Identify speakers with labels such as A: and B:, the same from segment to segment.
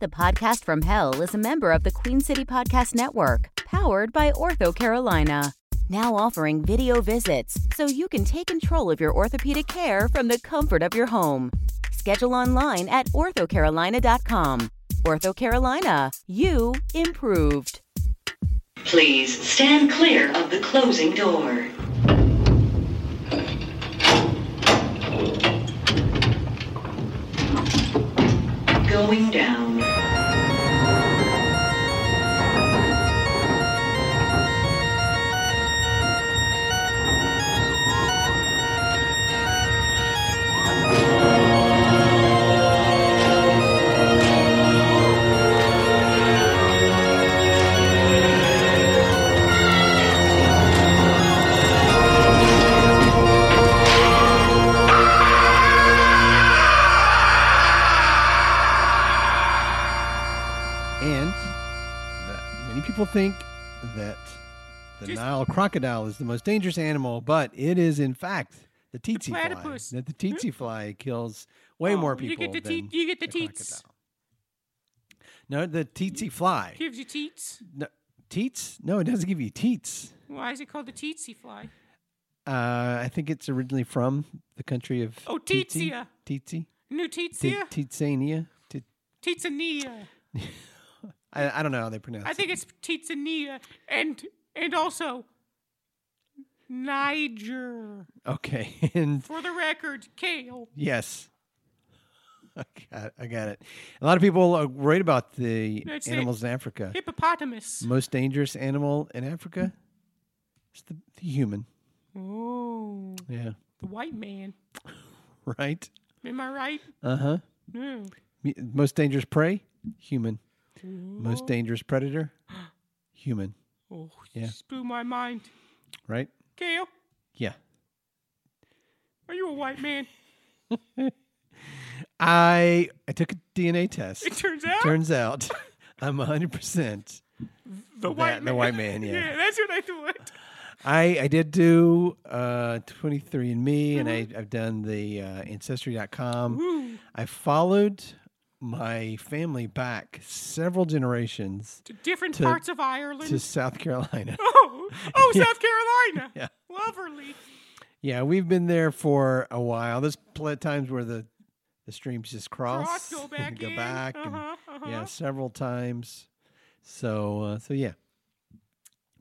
A: The Podcast from Hell is a member of the Queen City Podcast Network, powered by Ortho Carolina. Now offering video visits so you can take control of your orthopedic care from the comfort of your home. Schedule online at orthocarolina.com. Ortho Carolina, you improved.
B: Please stand clear of the closing door. Going down.
C: And that many people think that the Nile crocodile is the most dangerous animal, but it is in fact the tsetse fly.
D: platypus.
C: That the tsetse fly kills way more
D: Oh, you
C: people
D: get the
C: than
D: teat- you get the teats.
C: crocodile. No, the tsetse fly.
D: Gives you teats.
C: No, teats? No, it doesn't give you teats.
D: Why is it called the teatsy fly?
C: Uh, I think it's originally from the country of
D: Oh,
C: Tsetse.
D: Tetsia.
C: Tsetse.
D: New
C: T-
D: teatsia?
C: Tsetsenia. T-
D: Teatsania.
C: I, I don't know how they pronounce
D: I
C: it.
D: think it's Teatsania. And and also Niger.
C: Okay. And
D: For the record, Kale.
C: Yes. I got, I got it. A lot of people are worried about the
D: That's it.
C: animals in Africa.
D: Hippopotamus.
C: Most dangerous animal in Africa? It's the, the human.
D: Oh,
C: Yeah.
D: the white man.
C: Right?
D: Am I right?
C: Uh huh.
D: No.
C: Most dangerous prey? Human. Most dangerous predator? Human.
D: Oh,
C: Yeah.
D: you just blew my mind.
C: Right?
D: Kale,
C: Yeah.
D: are you a white man?
C: I I took a DNA test.
D: It turns out
C: Turns out I'm 100%.
D: the
C: that- the white man, yeah.
D: yeah, that's what I thought.
C: I, I did do uh, 23andMe and I, I've done the uh, Ancestry.com.
D: Ooh,
C: I followed my family back several generations
D: to different
C: To-
D: parts of Ireland.
C: to South Carolina.
D: Oh, oh,
C: Yeah.
D: South Carolina.
C: Yeah.
D: Loverly.
C: Yeah, we've been there for a while. There's plenty of times where the, the streams just cross,
D: Cross, go
C: and
D: back
C: go
D: in.
C: back, and-
D: Uh-huh, uh-huh.
C: yeah, several times. So uh, so yeah,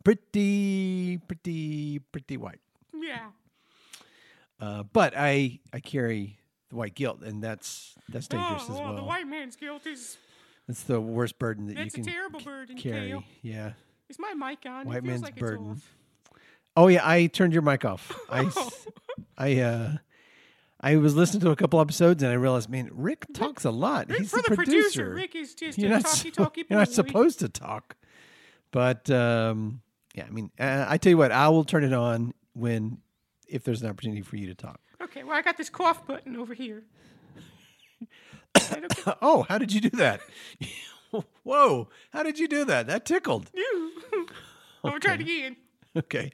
C: pretty pretty pretty white.
D: Yeah.
C: Uh, but I I carry the white guilt, and that's that's dangerous
D: oh,
C: as
D: oh,
C: well.
D: the white man's guilt is
C: that's the worst burden that
D: that's a
C: you can
D: terrible burden,
C: carry.
D: Kale.
C: Yeah.
D: Is my mic on?
C: White
D: it feels
C: man's
D: like
C: burden.
D: It's off.
C: Oh yeah, I turned your mic off. I,
D: Oh.
C: s- I, uh, I was listening to a couple episodes and I realized, man, Rick talks a lot.
D: Rick,
C: He's
D: for
C: the
D: the producer, Rick is just
C: you're
D: a
C: not,
D: talky,
C: supp-
D: talky boy.
C: you're not supposed to talk. But um, yeah, I mean, uh, I tell you what, I will turn it on when if there's an opportunity for you to talk.
D: Okay, well, I got this cough button over here. I don't get
C: Oh, how did you do that? Whoa, how did you do that? That tickled.
D: you. I'm gonna try it again.
C: Okay.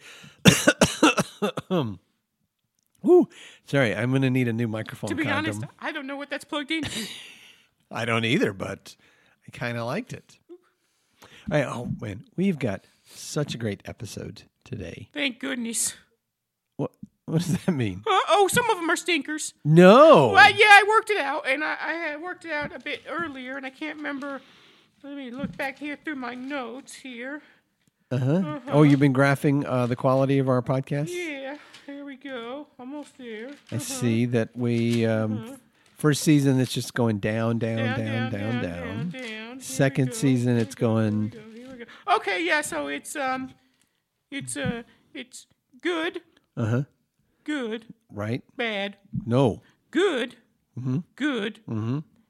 C: Ooh, sorry, I'm gonna need a new microphone.
D: To be
C: condom.
D: honest, I don't know what that's plugged into.
C: I don't either, but I kind of liked it. All right, oh man, we've got such a great episode today.
D: Thank goodness.
C: What what does that mean?
D: Uh oh, some of them are stinkers.
C: No.
D: Well, yeah, I worked it out, and I, I had worked it out a bit earlier, and I can't remember. Let me look back here through my notes here.
C: Oh, you've been graphing uh, the quality of our podcast.
D: Uh-huh. Yeah, Uh-huh. here we go. Almost there.
C: I see that we um,
D: Uh-huh.
C: first season it's just going down, down, down, down, down.
D: down. Here
C: Second
D: we go,
C: season,
D: here we
C: it's
D: go, here we
C: going-
D: go, here we go. Okay, yeah. So it's um, it's uh, it's good,
C: Uh huh.
D: good,
C: Right?
D: bad,
C: No.
D: good,
C: Mm-hmm.
D: good,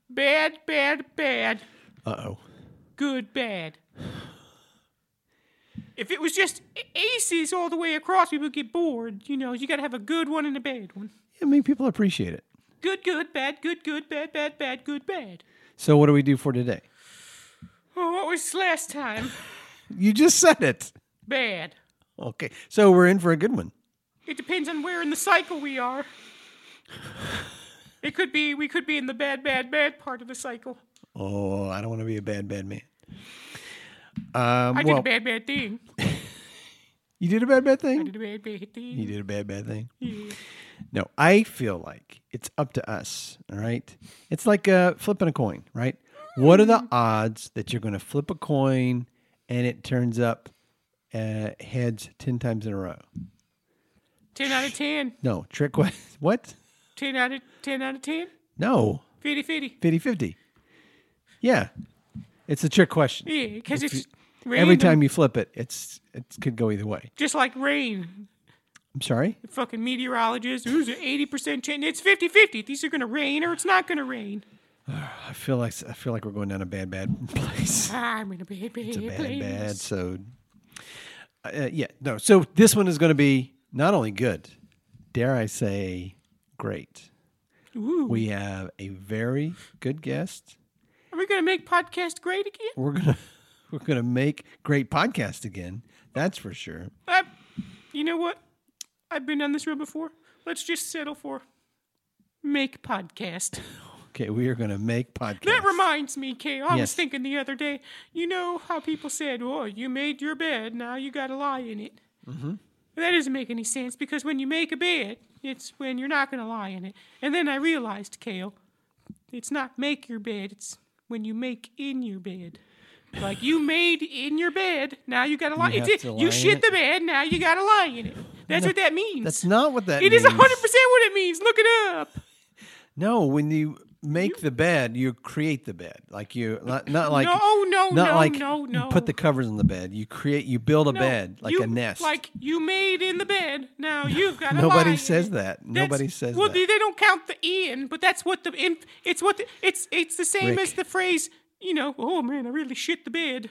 D: bad, bad, bad,
C: Uh oh.
D: good, bad. If it was just a- aces all the way across, people would get bored. You know, you got to have a good one and a bad one.
C: I mean, people appreciate it.
D: Good, good, bad, good, good, bad, bad, bad, good, bad.
C: So, what do we do for today?
D: Oh, what was last time?
C: You just said it.
D: Bad.
C: Okay, so we're in for a good one.
D: It depends on where in the cycle we are. It could be we could be in the bad, bad, bad part of the cycle.
C: Oh, I don't want to be a bad, bad man. Um,
D: I did
C: well,
D: a bad, bad thing.
C: you did a bad, bad
D: I
C: thing.
D: did a bad, bad thing.
C: You did a bad, bad thing.
D: Yeah.
C: No, I feel like it's up to us. All right. It's like uh, flipping a coin, right? What are the odds that you're going to flip a coin and it turns up uh, heads 10 times in a row?
D: 10 out of 10.
C: No, trick question. What?
D: 10 out of 10 out of 10.
C: No,
D: 50 50.
C: 50 50. Yeah. It's a trick question.
D: Yeah, because it's
C: Every
D: random,
C: time you flip it, it's it could go either way.
D: Just like rain.
C: I'm sorry.
D: The fucking meteorologist. Who's an 80% chance? It's 50 50. These are going to rain or it's not going to rain.
C: I feel like I feel like we're going down a bad bad place.
D: I'm in a bad, bad,
C: It's a bad,
D: place.
C: bad. So, uh, yeah, no. So this one is going to be not only good, dare I say, great.
D: Ooh.
C: We have a very good guest.
D: Are we going to make podcast great again?
C: We're gonna we're gonna make great podcast again. That's for sure.
D: I, you know what? I've been on this road before. Let's just settle for make podcast.
C: Okay, we are gonna make podcast.
D: That reminds me, Kay. I was
C: Yes.
D: thinking the other day. You know how people said, "Oh, you made your bed, now you got to lie in it." Mm-hmm. That doesn't make any sense because when you make a bed, it's when you're not going to lie in it. And then I realized, Kale, it's not make your bed. It's when you make in your bed. Like you made in your bed, now you got to lie.
C: You
D: it's
C: have
D: it.
C: to lie
D: you
C: in
D: shit
C: it?
D: the bed, now you got to lie in it. That's what that means.
C: That's not what that
D: It
C: means.
D: is 100% what it means. Look it up.
C: No, when you make the bed, you create the bed. Like you, not, not like
D: No, no,
C: not
D: no,
C: like
D: no,
C: you
D: no.
C: Put the covers on the bed. You create, you build a
D: No,
C: bed like
D: you-
C: a nest.
D: Like you made in the bed. Now you've got.
C: Nobody
D: lie.
C: says that.
D: That's-
C: Nobody says
D: well,
C: that.
D: they they don't count the in, but that's what the in. It's what the, it's it's the same
C: Rick.
D: as the phrase. You know, oh man, I really shit the bed.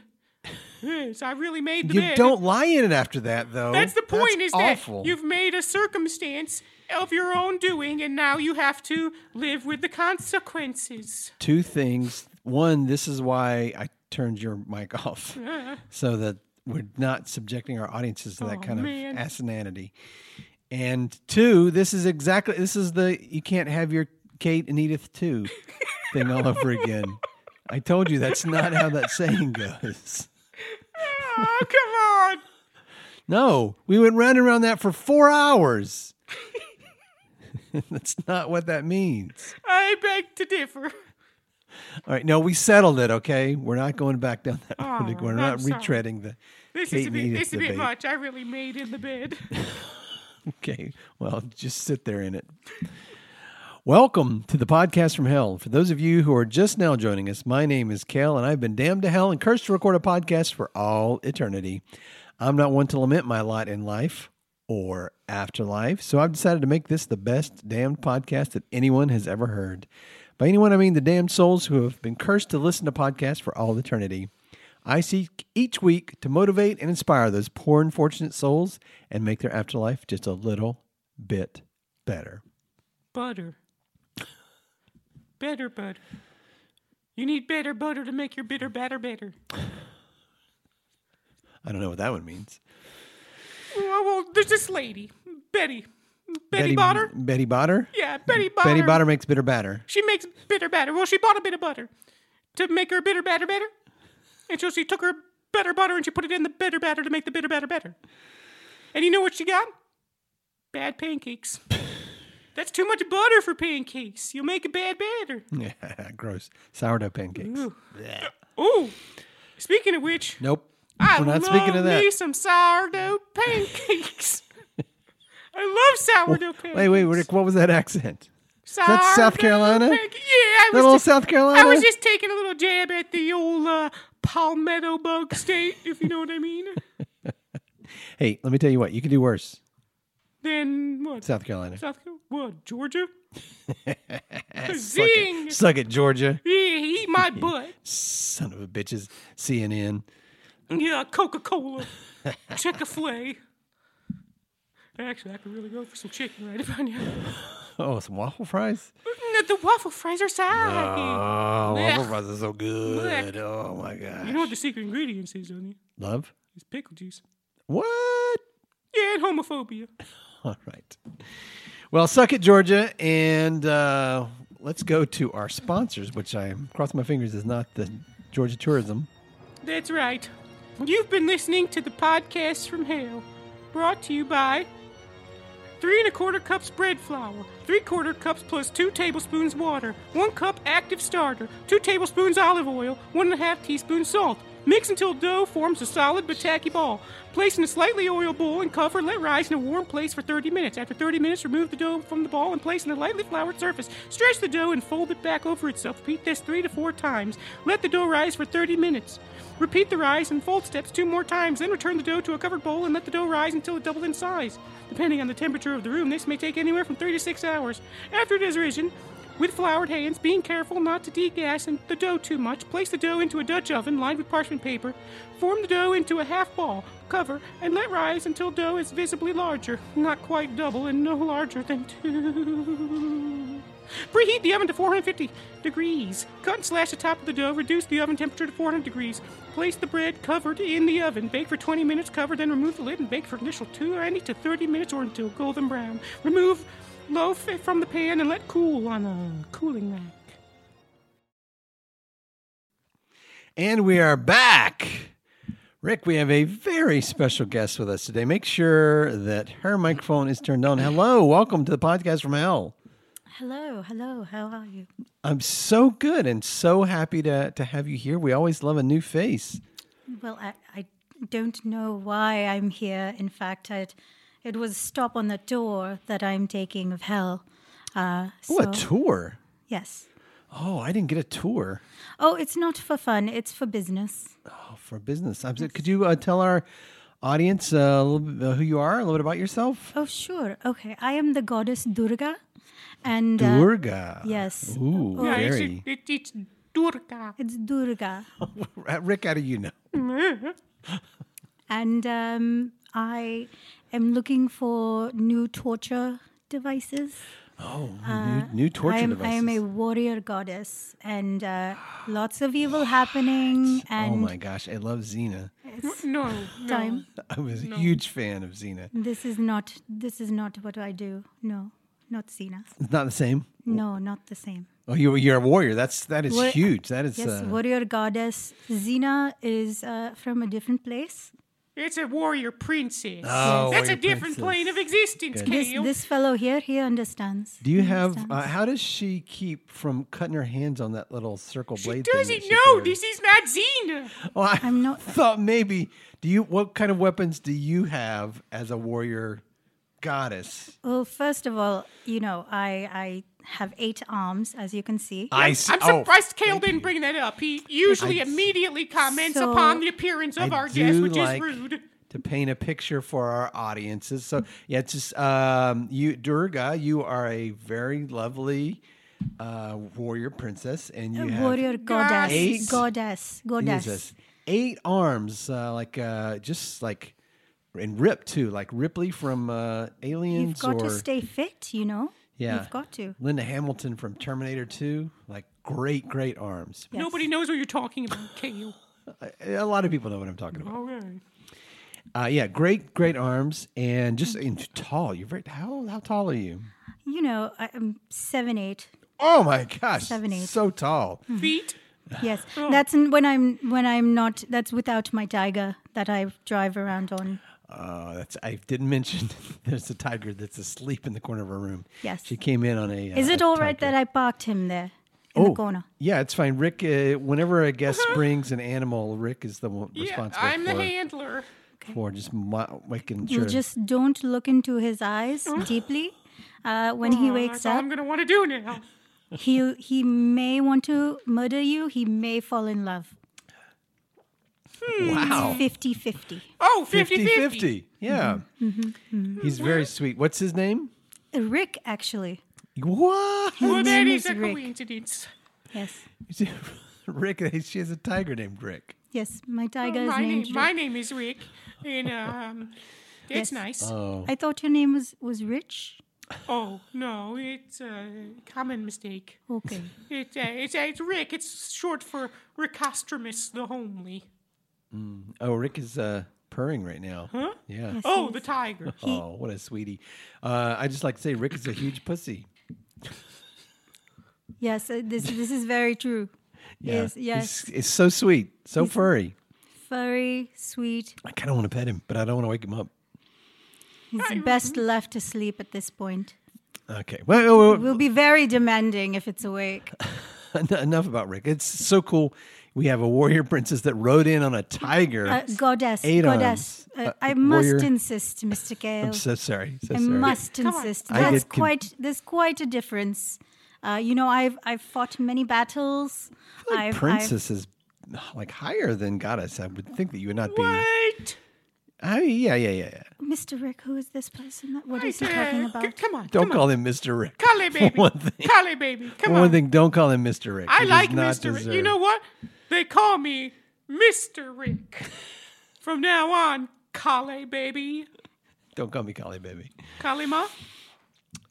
D: Yes, I really made the
C: you
D: bed.
C: don't lie in it after that, though.
D: That's the point.
C: That's
D: is that
C: awful.
D: you've made a circumstance of your own doing, and now you have to live with the consequences.
C: two things. One, this is why I turned your mic off,
D: Uh-huh.
C: so that we're not subjecting our audiences to that
D: Oh,
C: kind
D: man.
C: of asininity. And two, this is exactly this is the you can't have your Kate and Edith too thing all over again. I told you that's not how that saying goes.
D: Oh come on!
C: No, we went round and round that for four hours. that's not what that means.
D: I beg to differ.
C: All right, no, we settled it. Okay, we're not going back down that
D: All
C: road. again. We're
D: right,
C: not
D: Oh, I'm sorry.
C: retreading the.
D: This
C: Kate
D: is a
C: and
D: bit.
C: Edith
D: This is a bit
C: debate.
D: much. I really made in the bed.
C: Okay, well, just sit there in it. Welcome to the podcast from hell. For those of you who are just now joining us, my name is Cal, and I've been damned to hell and cursed to record a podcast for all eternity. I'm not one to lament my lot in life or afterlife, so I've decided to make this the best damned podcast that anyone has ever heard. By anyone, I mean the damned souls who have been cursed to listen to podcasts for all eternity. I seek each week to motivate and inspire those poor, unfortunate souls and make their afterlife just a little bit better.
D: butter. Better butter. You need better butter to make your bitter batter better.
C: I don't know what that one means.
D: Well, well there's this lady, Betty. Betty, Butter?
C: Betty Botter?
D: Yeah, Betty Butter.
C: Betty Botter makes bitter batter.
D: She makes bitter batter. Well, she bought a bit of butter to make her bitter batter better. And so she took her better butter and she put it in the bitter batter to make the bitter batter better. And you know what she got? Bad pancakes. That's too much butter for pancakes. You'll make a bad batter.
C: Gross. Sourdough pancakes.
D: Ooh. Speaking of which,
C: Nope.
D: I
C: We're not
D: love
C: speaking of that.
D: me some sourdough pancakes. I love sourdough pancakes.
C: Wait, wait, Rick, what was that accent?
D: sourdough
C: South Carolina?
D: Pancake. Yeah, I
C: That
D: was
C: little
D: just,
C: South
D: I
C: Carolina?
D: was just taking a little jab at the old uh, palmetto bug state, if you know what I mean.
C: hey, let me tell you what. You can do worse.
D: Then what?
C: South Carolina.
D: South Carolina? What? Georgia?
C: Suck
D: Zing!
C: it. Suck it, Georgia.
D: Yeah, eat my butt.
C: Son of a bitches. CNN.
D: Yeah, Coca Cola, Chick fil A. Actually, I could really go for some chicken right about now.
C: Oh, some waffle fries?
D: No, Mm, the waffle fries are soggy.
C: Oh, waffle
D: Blech.
C: fries are so good.
D: Blech.
C: Oh, my God.
D: you know what the secret ingredients is, don't you?
C: Love?
D: It's pickle juice.
C: What?
D: Yeah, and homophobia.
C: All right. Well, suck it, Georgia, and uh, let's go to our sponsors, which I am crossing my fingers is not the Georgia Tourism.
D: That's right. You've been listening to the podcast from hell, brought to you by three and a quarter cups bread flour, three quarter cups plus two tablespoons water, one cup active starter, two tablespoons olive oil, one and a half teaspoons salt. Mix until dough forms a solid but tacky ball. Place in a slightly oiled bowl and cover. Let rise in a warm place for 30 minutes. After 30 minutes, remove the dough from the ball and place in a lightly floured surface. Stretch the dough and fold it back over itself. Repeat this three to four times. Let the dough rise for 30 minutes. Repeat the rise and fold steps two more times, then return the dough to a covered bowl and let the dough rise until it doubled in size. Depending on the temperature of the room, this may take anywhere from three to six hours. After it is risen, with floured hands, being careful not to degas and the dough too much, place the dough into a Dutch oven lined with parchment paper. Form the dough into a half ball, cover, and let rise until dough is visibly larger, not quite double and no larger than two. Preheat the oven to 450 degrees. Cut and slash the top of the dough. Reduce the oven temperature to 400 degrees. Place the bread covered in the oven. Bake for 20 minutes covered, then remove the lid and bake for an initial 290 to 30 minutes or until golden brown. Remove loaf from the pan and let cool on a cooling rack.
C: And we are back. Rick, we have a very special guest with us today. Make sure that her microphone is turned on. Hello, welcome to the podcast from hell.
E: Hello, hello, how are you?
C: I'm so good and so happy to, to have you here. We always love a new face.
E: Well, I, I don't know why I'm here. In fact, it, it was a stop on the tour that I'm taking of hell. Uh,
C: Oh,
E: so,
C: a tour.
E: yes.
C: Oh, I didn't get a tour
E: Oh, it's not for fun, it's for business.
C: oh, for business. I'm, could you uh, tell our audience uh, a little bit, uh, who you are, a little bit about yourself?
E: Oh, sure. Okay. I am the goddess Durga. And uh,
C: Durga.
E: yes.
C: Ooh,
D: No, it's,
C: very.
D: it, it's Durga.
E: it's Durga.
C: Rick, how do you know?
E: And um, I am looking for new torture devices.
C: new, new torture
E: I am,
C: devices. Oh
E: I am Uh, a warrior goddess, and uh, lots of evil happening. And
C: oh my gosh, I love Xena.
D: No, no.
E: time.
C: I was a huge fan of Xena.
E: This is not. This is not what I do. No, not Cena.
C: It's not the same.
E: No, not the same.
C: Oh, you, you're a warrior. That's that is
E: Wa-
C: huge. That is
E: Yes,
C: uh,
E: warrior goddess Xena is uh, from a different place.
D: It's a warrior princess.
C: Oh,
D: That's
C: warrior
D: a different
C: princess.
D: plane of existence,
E: This
D: Kale.
E: this fellow here, he understands.
C: Do you
E: He
C: have? Uh,
E: understands.
C: how does she keep from cutting her hands on that little circle
D: she
C: blade? thing
D: doesn't
C: that she
D: know
C: carries?
D: this is not Xena.
C: Oh, I
E: I'm not-
C: thought maybe. Do you? What kind of weapons do you have as a warrior goddess?
E: Well, first of all, you know, I I have eight arms, as you can see.
C: I see.
D: I'm surprised Kale didn't bring that up. He usually
C: I-
D: immediately comments
E: So-
D: upon the appearance of
C: Oh, I
D: our
C: do
D: guest, which
C: like
D: is rude.
C: To paint a picture for our audiences. So yeah, it's just um, you, Durga. You are a very lovely uh, warrior princess, and you have
E: warrior goddess,
C: Eight.
E: goddess, goddess.
C: Jesus. Eight arms, uh, like uh, just like and Rip too, like Ripley from uh, Aliens.
E: You've got
C: or,
E: to stay fit, you know.
C: Yeah,
E: You've got to.
C: Linda Hamilton from Terminator Two, like great, great arms.
E: Yes.
D: Nobody knows what you're talking about, Kale.
C: A lot of people know what I'm talking about.
D: All right.
C: Uh, yeah, great, great arms, and just and tall. You're very how how tall are you?
E: You know, I- I'm seven eight.
C: Oh my gosh,
E: Seven, eight.
C: so tall.
D: Feet.
E: Yes,
D: Oh.
E: that's n- when I'm when I'm not. That's without my tiger that I drive around on.
C: Uh, that's I didn't mention. There's a tiger that's asleep in the corner of her room.
E: Yes.
C: she came in on a.
E: Is
C: uh,
E: it
C: a
E: all right
C: tiger. Oh,
E: that I parked him there in
D: Oh,
E: the corner?
C: Yeah, it's fine. Rick, uh, whenever a guest brings an animal, Rick is the one
D: Yeah,
C: responsible
D: I'm the
C: for,
D: handler.
C: for just mo- making
E: You
C: sure.
E: just don't look into his eyes deeply. Uh, when he
D: Oh,
E: wakes
D: that's all
E: up,
D: I'm going to want to do now.
E: he he may want to murder you. He may fall in love.
D: Hmm.
C: wow.
E: 50-50.
D: Oh,
C: 50
D: 50-50.
C: 50. Yeah. He's very sweet. What's his name?
E: Rick, actually,
C: What?
E: His
D: Well, that
E: name
D: is
E: is
D: a
E: Rick.
D: coincidence.
E: yes,
C: Rick, she has a tiger named Rick.
E: yes, my tiger is
D: Oh, My name,
E: named. Rick.
D: my name is Rick, and um, it's
E: Yes.
D: nice.
C: Uh.
E: I thought your name was was Rich.
D: oh no, it's a common mistake.
E: Okay,
D: It's uh, it's, uh, it's Rick. It's short for Ricostromus the Homely.
C: Oh, Rick is uh, purring right now. Huh? Yeah.
E: Yes,
D: Oh,
E: he
D: the
E: is.
D: tiger.
C: Oh, what a sweetie. Uh, I just like to say Rick is a huge pussy.
E: Yes, uh, this this is very true.
C: Yeah.
E: Yes, yes.
C: He's- It's, so sweet, so furry.
E: Furry, sweet.
C: I kind of want to pet him, but I don't want to wake him up.
E: He's best left asleep at this point.
C: Okay. Well, well, well,
E: We'll be very demanding if it's awake.
C: en- enough about Rick. It's so cool. We have a warrior princess that rode in on a tiger.
E: Uh, goddess,
C: Adons,
E: goddess. Uh,
C: uh,
E: I must
C: warrior.
E: insist, Mr. Gale.
C: I'm so sorry. So
E: I
C: sorry.
E: must
D: Come on.
E: insist.
C: I
E: That's
C: get con-
E: quite. There's quite a difference. Uh, you know, I've I've fought many battles.
C: I feel like
E: I've,
C: princess is like higher than goddess. I would think that you would not be.
D: What?
C: I mean, yeah, yeah, yeah, yeah.
E: I've, Mr. Rick, who is this person? That, what
D: I
E: is he
D: said,
E: talking
D: c-
E: about?
D: Come on.
C: Don't
D: come
C: call
D: on.
C: him Mr. Rick.
D: Collie baby.
C: One thing.
D: Collie baby. Come
C: One
D: on.
C: thing. Don't call him Mr. Rick. He
D: I
C: does
D: like
C: not
D: Mr. Rick. You
C: deserve-
D: know what? They call me Mr. Rick. From now on, Kale baby.
C: Don't call me Collie Baby.
D: Kalima?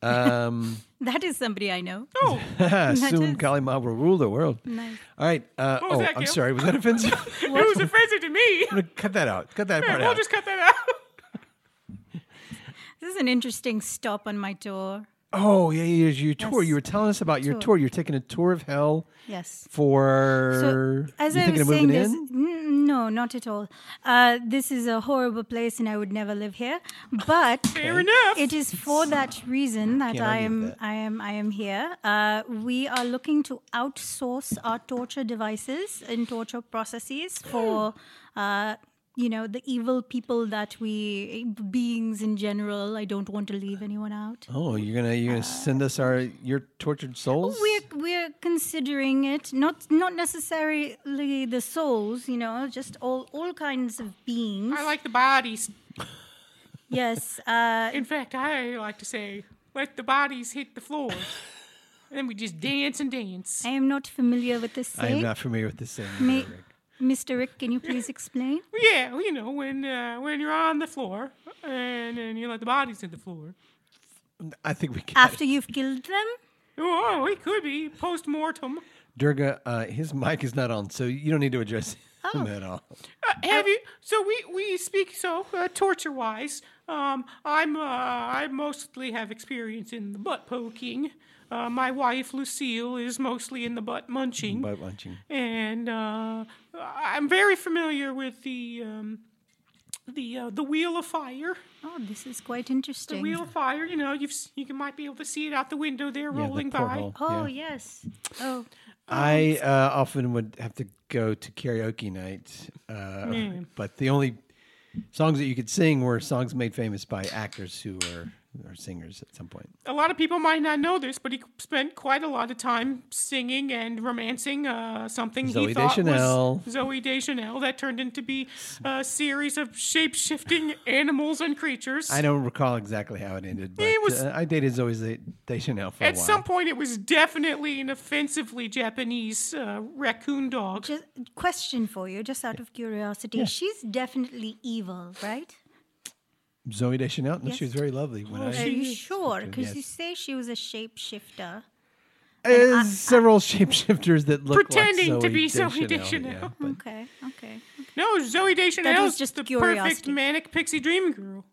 C: Um,
E: That is somebody I know.
D: Oh,
C: soon Kali Ma will rule the world. All right. Uh,
D: was
C: oh,
D: that,
C: I'm
D: Gil?
C: sorry. Was that offensive?
D: it was offensive to me.
C: I'm gonna cut that out. Cut that part
D: We'll
C: out.
D: just cut that out.
E: This is an interesting stop on my tour.
C: Oh yeah, yeah, yeah, your tour. You
E: Yes.
C: were telling us about your
E: Tour.
C: tour. You're taking a tour of hell
E: Yes.
C: for.
E: So, as
C: you
E: I
C: thinking
E: was
C: of moving
E: saying, this,
C: in?
E: n- no, not at all. Uh, this is a horrible place, and I would never live here. But
D: Fair enough.
E: it is for that reason that
C: Can't
E: I
C: argue
E: am,
C: with that.
E: I am, I am here. Uh, we are looking to outsource our torture devices and torture processes for.
C: Hmm.
E: Uh, you know the evil people that we beings in general i don't want to leave anyone out
C: Oh, you're gonna you're
D: Uh,
C: gonna send us our your tortured souls.
E: we're we're considering it not not necessarily the souls, you know, just all all kinds of beings.
D: I like the bodies.
E: yes, uh,
D: In fact, I like to say, let the bodies hit the floor. and then we just dance and dance.
E: I am not familiar with this
C: I am
E: saying.
C: not familiar with this thing.
E: May- Mr. Rick, can you please explain?
D: Yeah, well, you know, when uh, when you're on the floor and then you let the bodies hit the floor.
C: I think we can.
E: After you've killed them,
D: Oh, it could be post mortem.
C: Durga, uh, his mic is not on, so you don't need to address
E: Oh.
C: him at all.
D: Uh, have you? So we we speak so uh, torture wise. Um, I'm uh, I mostly have experience in the butt poking. Uh, my wife Lucille is mostly in the butt munching,
C: Butt munching.
D: and uh, I'm very familiar with the um, the uh, the wheel of fire.
E: oh, this is quite
D: The
E: interesting.
D: wheel of fire. You know, you've s- you can might be able to see it out the window there
C: Yeah, the
D: rolling by.
C: porthole.
E: Oh
C: yeah.
E: yes. Oh,
C: I uh, often would have to go to karaoke night, uh,
D: Hmm.
C: but the only songs that you could sing were songs made famous by actors who were or singers at some point.
D: a lot of people might not know this, but he spent quite a lot of time singing and romancing uh, something
C: Zooey
D: he thought
C: Deschanel.
D: was Zoe Deschanel that turned into be a series of shape shifting animals and creatures.
C: I don't recall exactly how it ended, but
D: It was-
C: uh, I dated Zoe Z- Deschanel for a
D: At
C: while.
D: some point, it was definitely an offensively Japanese uh, raccoon dog.
E: just question for you, just out of curiosity. She's definitely evil, right?
C: Zoe Deschanel, no, she was
E: Yes.
C: very lovely.
D: Oh,
C: When I,
E: Are you sure? Because
C: yes.
E: you say she was a shapeshifter.
C: Uh, several shapeshifters that looked
D: Pretending
C: like
D: to be Zooey
C: Zoe
D: Deschanel.
C: Yeah, but
E: Okay, okay.
D: No, Zoe Deschanel
E: was
D: is
E: just
D: the perfect
E: curiosity.
D: manic pixie dream girl.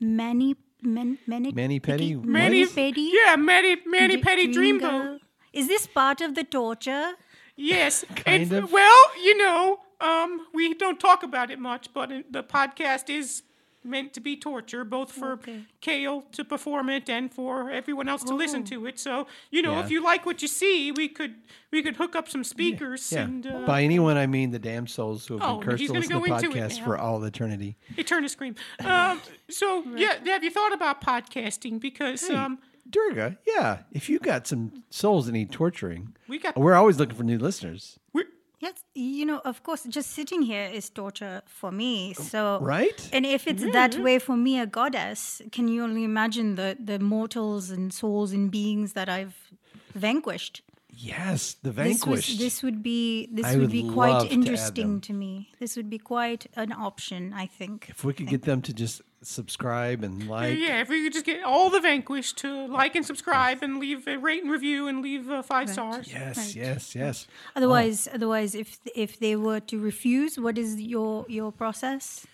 E: Manny, man, Manny,
C: Manny Petty?
E: Manny
D: Manny-
E: Petty.
D: Yeah, Manny, Manny
E: Dr-
D: Petty Dreamboat.
E: Girl. Is this part of the torture?
D: Yes.
C: Kind
D: it's-
C: of.
D: Well, you know, um, we don't talk about it much, but it- the podcast is meant to be torture, both for
E: Okay.
D: Kale to perform it and for everyone else to listen to it. So, you know, if
C: Oh. Yeah.
D: you like what you see, we could we could hook up some speakers
C: yeah.
D: and uh,
C: By anyone, I mean the damn souls who have
D: Oh,
C: been
D: no,
C: cursed
D: he's
C: to
D: gonna
C: listen to the
D: go into it
C: podcast
D: now.
C: for all eternity.
D: Eternal Scream. Um, so, yeah, have you thought about podcasting? Because
C: Hey,
D: um,
C: Durga, yeah. If you got some souls that need torturing,
D: We got-
C: We're always looking for new listeners,
D: we're,
E: Yes, you know, of course, just sitting here is torture for me. So
C: Oh, right?
E: And if it's that way for me, a goddess, can you only imagine the the mortals and souls and beings that I've vanquished?
C: yes, the
E: This, was,
C: vanquished.
E: this would be this
C: I
E: would,
C: would
E: be
C: love
E: quite
C: to add them.
E: interesting to, me. This would be quite an option, I think.
C: if we could get them to just subscribe and like,
D: yeah, if we could just get all the vanquished to like and subscribe and leave a rate and review and leave uh, five stars.
C: yes,
E: Right.
C: yes, yes.
E: Otherwise, otherwise, if if they were to refuse, what is your your process?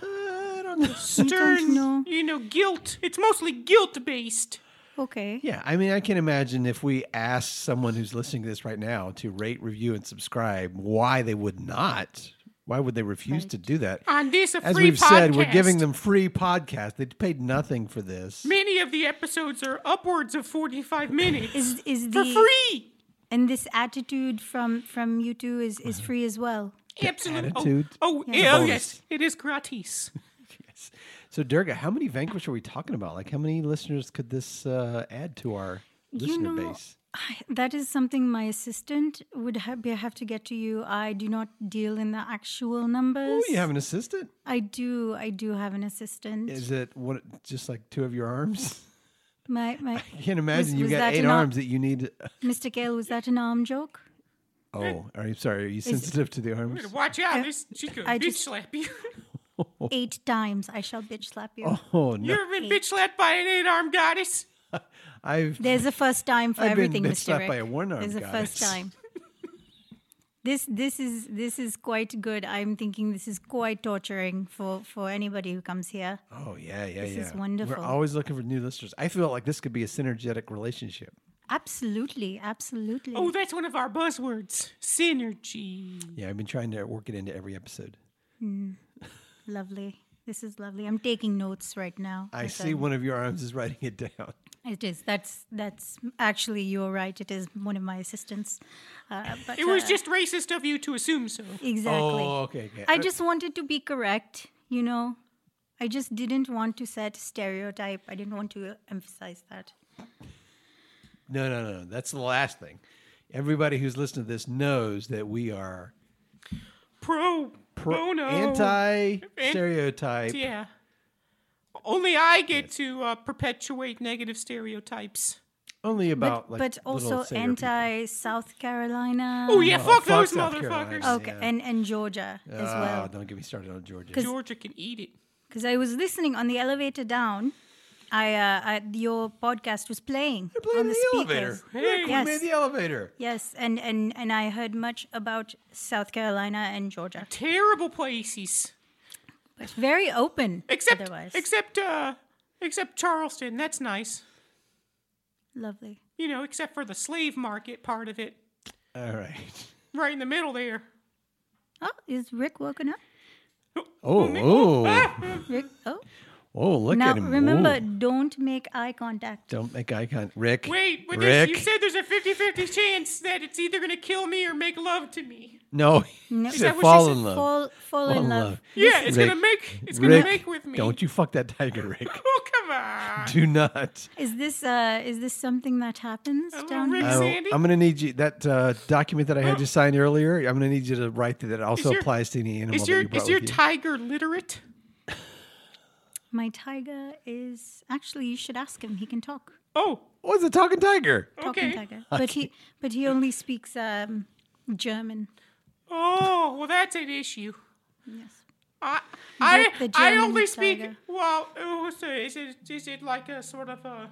C: I don't know.
E: You don't
D: Stern,
E: know.
D: you know, guilt. It's mostly guilt based.
E: Okay.
C: Yeah, I mean, I can imagine if we asked someone who's listening to this right now to rate, review, and subscribe, why they would not. Why would they refuse to do that?
D: On this, a
C: As
D: free
C: we've said, we're
D: podcast.
C: giving them free podcast. They paid nothing for this.
D: Many of the episodes are upwards of 45 minutes
E: Is is
D: for
E: the
D: free.
E: and this attitude from from you two is
C: Uh-huh.
E: is free as well.
D: Absolutely. Oh,
C: attitude
D: oh,
C: is a
D: oh,
C: bonus.
D: yes. It is gratis.
C: So, Durga, how many Vanquish are we talking about? Like, how many listeners could this uh, add to our listener
E: know,
C: base?
E: I, that is something my assistant would have, have to get to you. I do not deal in the actual numbers.
C: Oh, you have an assistant?
E: I do. I do have an assistant.
C: Is it what? Just like two of your arms?
E: my my
C: I can't imagine you
E: was
C: got
E: that
C: eight
E: an ar-
C: arms that you need.
E: Mr. Gale, was that an arm joke?
C: Oh, are you sorry? Are you sensitive to the arms?
D: Watch out. This, she could
E: I
D: bitch
E: just-
D: slap you.
E: Eight times. I shall bitch slap you.
C: Oh no!
D: You've been bitch slapped by an eight armed goddess.
C: I've
E: There's a first time for
C: I've been
E: everything,
C: bitch
E: Mr.
C: slapped
E: Rick.
C: by a one-armed
E: There's a
C: goddess.
E: first time. this this is this is quite good. I'm thinking this is quite torturing for for anybody who comes here.
C: Oh yeah, yeah, yeah.
E: This is
C: We're
E: wonderful.
C: always looking for new listeners. I feel like this could be a synergetic relationship.
E: Absolutely, absolutely.
D: Oh, that's one of our buzzwords synergy.
C: Yeah, I've been trying to work it into every episode.
E: Lovely. This is lovely. I'm taking notes right now.
C: I
E: as
C: see
E: I'm-
C: one of your arms is writing it down.
E: It is. That's that's actually you're right. It is one of my assistants. Uh, but
D: It was
E: uh,
D: just racist of you to assume so.
E: exactly.
C: Oh, okay, okay.
E: I just wanted to be correct, you know. I just didn't want to set stereotype. I didn't want to emphasize that.
C: no, no, no. That's the last thing. Everybody who's listening to this knows that we are
D: Pro,
C: pro-
D: bono.
C: anti stereotype.
D: Yeah. Only I get to uh, perpetuate negative stereotypes.
C: Only about
E: But,
C: like little
E: but
C: sailor
E: also
C: people.
E: anti South Carolina.
D: Oh, yeah, fuck,
C: fuck
D: those
C: South
D: motherfuckers.
C: Carolina.
E: Okay,
C: yeah.
E: and, and Georgia as
C: Oh,
E: well.
C: don't get me started on Georgia.
D: Georgia can eat it.
E: Because I was listening on the elevator down. I, uh, I your podcast was playing,
C: They're playing
E: on
C: in
E: the,
C: the elevator.
E: speakers.
D: Hey.
C: Look,
E: Yes.
C: we made the elevator.
E: Yes, and, and and I heard much about South Carolina and Georgia.
D: Terrible places.
E: It's very open.
D: Except,
E: otherwise,
D: except, uh, except Charleston. That's nice.
E: lovely.
D: You know, except for the slave market part of it,
C: All right.
D: right in the middle there.
E: Oh, is Rick woken up?
C: Oh, oh,
E: Rick, oh.
C: oh! Look
E: now
C: at him.
E: remember,
C: Whoa.
E: don't make eye contact.
C: Don't make eye contact. Rick.
D: Wait, but
C: Rick.
D: this, you said there's a 50 50 chance that it's either going to kill me or make love to me.
C: no.
E: No.
C: He
E: Is that
C: said
D: what she
C: fall
D: said?
C: in love.
E: Fall, fall
C: Fall
E: in love.
D: Yeah, it's going to
C: Rick,
D: make, it's going
C: Rick,
D: to make with me.
C: Don't you fuck that tiger, Rick.
D: Oh, come on.
C: Do not.
E: Is this uh, is this something that happens
D: little
E: down
D: Rick-
E: here?
C: I will-
D: Sandy?
C: I'm going to need you that uh, document that I had you sign earlier. I'm going to need you to write that. It also
D: your-
C: applies to any animal
D: Is your,
C: that you brought
D: is your
C: with you.
D: tiger literate?
E: My tiger is actually. You should ask him. He can talk.
D: Oh,
C: oh, it's a talking tiger.
E: Talking
D: Okay.
E: tiger. But he but he only speaks um, German.
D: oh, well, that's an issue.
E: Yes.
D: I, I,
E: the
D: I
E: German
D: only speak.
E: tiger.
D: Well, oh, so is it is it like a sort of a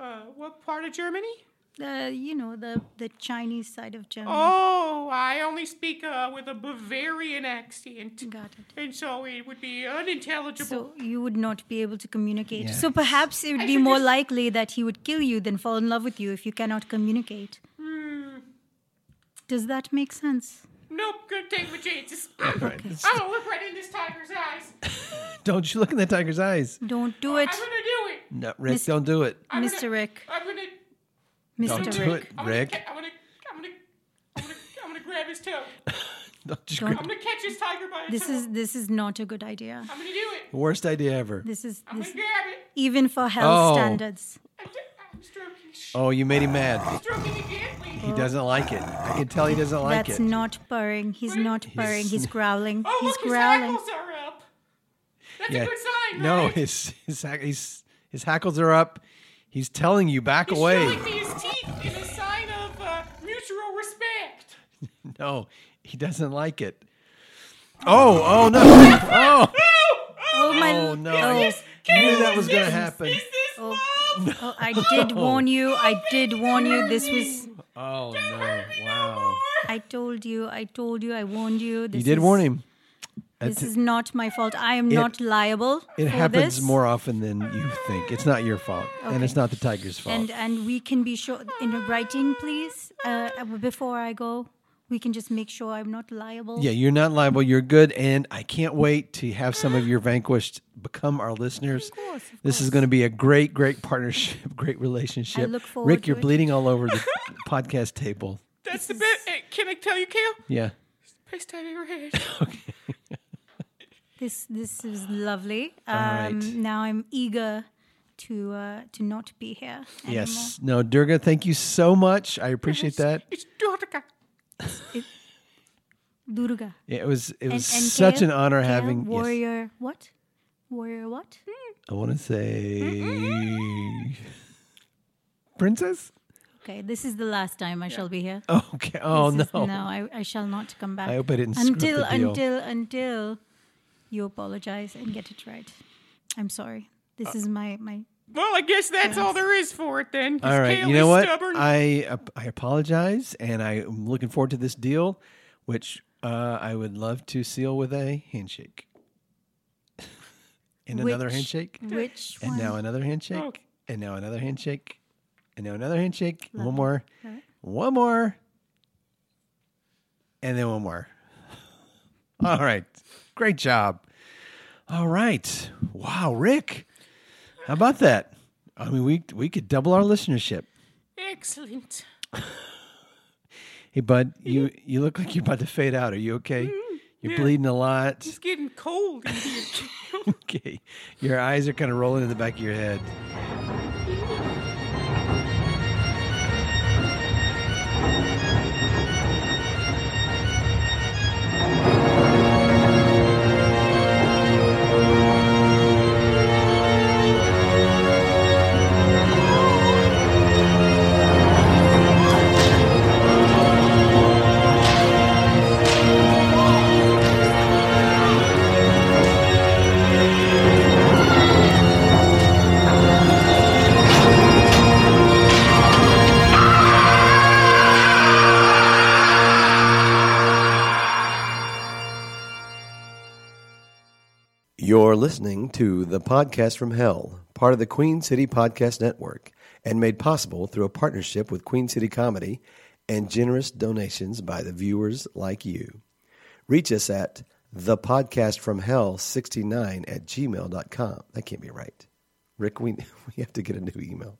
D: uh, what part of Germany?
E: Uh, you know the the Chinese side of Germany.
D: Oh, I only speak uh, with a Bavarian accent,
E: Got it.
D: and so it would be unintelligible.
E: So you would not be able to communicate.
C: Yeah.
E: So perhaps it would be
D: should
E: more
D: just-
E: likely that he would kill you than fall in love with you if you cannot communicate. Does that make sense?
D: nope, gonna take my chances.
C: Right.
D: I'm gonna look right in this tiger's eyes.
C: Don't you look in that tiger's eyes.
E: Don't do it,
D: I'm gonna do it.
C: No, Rick,
E: Miss-
C: don't do it.
D: I'm
E: Mr.
D: Gonna,
E: Rick.
D: I'm gonna.
E: Mr.
C: Don't
E: Rick.
C: do it,
D: I'm
C: Rick.
D: Gonna, ca- I'm gonna. I'm gonna. I'm gonna. I'm gonna grab his toe.
C: Don't just
E: Don't-
D: I'm gonna catch this tiger by his
E: This
D: toe.
E: is this is not a good idea.
D: I'm gonna do it.
C: Worst idea ever.
E: This is
D: I'm
E: this
D: gonna grab it.
E: even for health
C: Oh.
E: standards.
D: I'm, d- I'm stroking. Shh.
C: Oh, you made him mad.
D: Stroking again, please.
C: He doesn't like it. I can tell he doesn't like
E: That's
C: it.
E: not purring. He's not purring. He's growling.
D: Oh,
E: He's
D: look, his
E: growling.
D: hackles are up. That's
C: Yeah.
D: a good sign,
C: No,
D: right?
C: his his hack- his his hackles are up. He's telling you back
D: He's
C: away.
D: showing me his teeth in a sign of uh, mutual respect.
C: No, he doesn't like it. Oh, oh no. Oh,
E: Oh my!
C: oh no. I
E: Oh,
C: knew that was going to happen.
D: Is this
E: Oh.
D: love?
E: oh, I did warn you. I did warn you. This was.
C: Oh no. Wow.
E: I told you. I told you. I warned you. This
C: You did
E: is-
C: warn him.
E: This is not my fault. I am not liable.
C: It
E: for
C: happens
E: this.
C: more often than you think. It's not your fault, and it's not the tiger's fault.
E: And and we can be sure in a writing, please. Uh, before I go, we can just make sure I'm not liable.
C: yeah, you're not liable. You're good, and I can't wait to have some of your vanquished become our listeners.
E: course, of
C: this is going to be a great, great partnership, great relationship.
E: look forward
C: Rick,
E: to
C: you're
E: it.
C: bleeding all over the podcast table.
D: That's the best.
C: eh,
D: Hey, can I tell you, Kale?
C: Yeah.
D: Best time I ever had.
E: This this is lovely. Um,
C: right.
E: Now I'm eager to uh, to not be here. anymore.
C: Yes. No, Durga, thank you so much. I appreciate that.
D: It's Dorka.
E: Durga.
C: It was it was
E: And- and
C: such
E: Kale-
C: an honor
E: Kale,
C: having yes.
E: warrior. What? Warrior what?
C: I want to say Princess?
E: Okay, this is the last time I shall be here.
C: Okay. Oh
E: This is-
C: no.
E: No, I, I shall not come back.
C: I hope I didn't screw up
E: until
C: the deal.
E: until until you apologize and get it right. I'm sorry. This
C: Uh,
E: is my my
D: Well, I guess that's all there is for it then. 'cause
C: All right.
D: Kale
C: you know
D: is
C: what?
D: Stubborn.
C: I ap- I apologize and I am looking forward to this deal which uh, I would love to seal with a handshake. and another
E: which-
C: handshake.
E: Which
C: And
E: one?
C: now another handshake.
D: Okay.
C: And now another handshake. And now another handshake. One more. One more. And then one more. All right. Great job. All right. Wow, Rick. How about that? I mean, we we could double our listenership.
D: Excellent.
C: Hey, bud, you you look like you're about to fade out. Are you okay? You're bleeding a lot.
D: It's getting cold in here. Kale.
C: okay. Your eyes are kind of rolling in the back of your head.
F: You're listening to the podcast from Hell, part of the Queen City Podcast Network, and made possible through a partnership with Queen City Comedy and generous donations by the viewers like you. Reach us at thepodcastfromhell69 at gmail.com. That can't be right. Rick, we, we have to get a new email.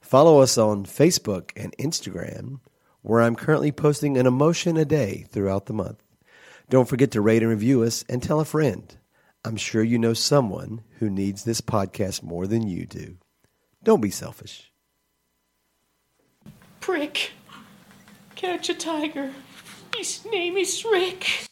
F: Follow us on Facebook and Instagram, where I'm currently posting an emotion a day throughout the month. Don't forget to rate and review us and tell a friend. I'm sure you know someone who needs this podcast more than you do. Don't be selfish.
D: Prick. Catch a tiger. His name is Rick.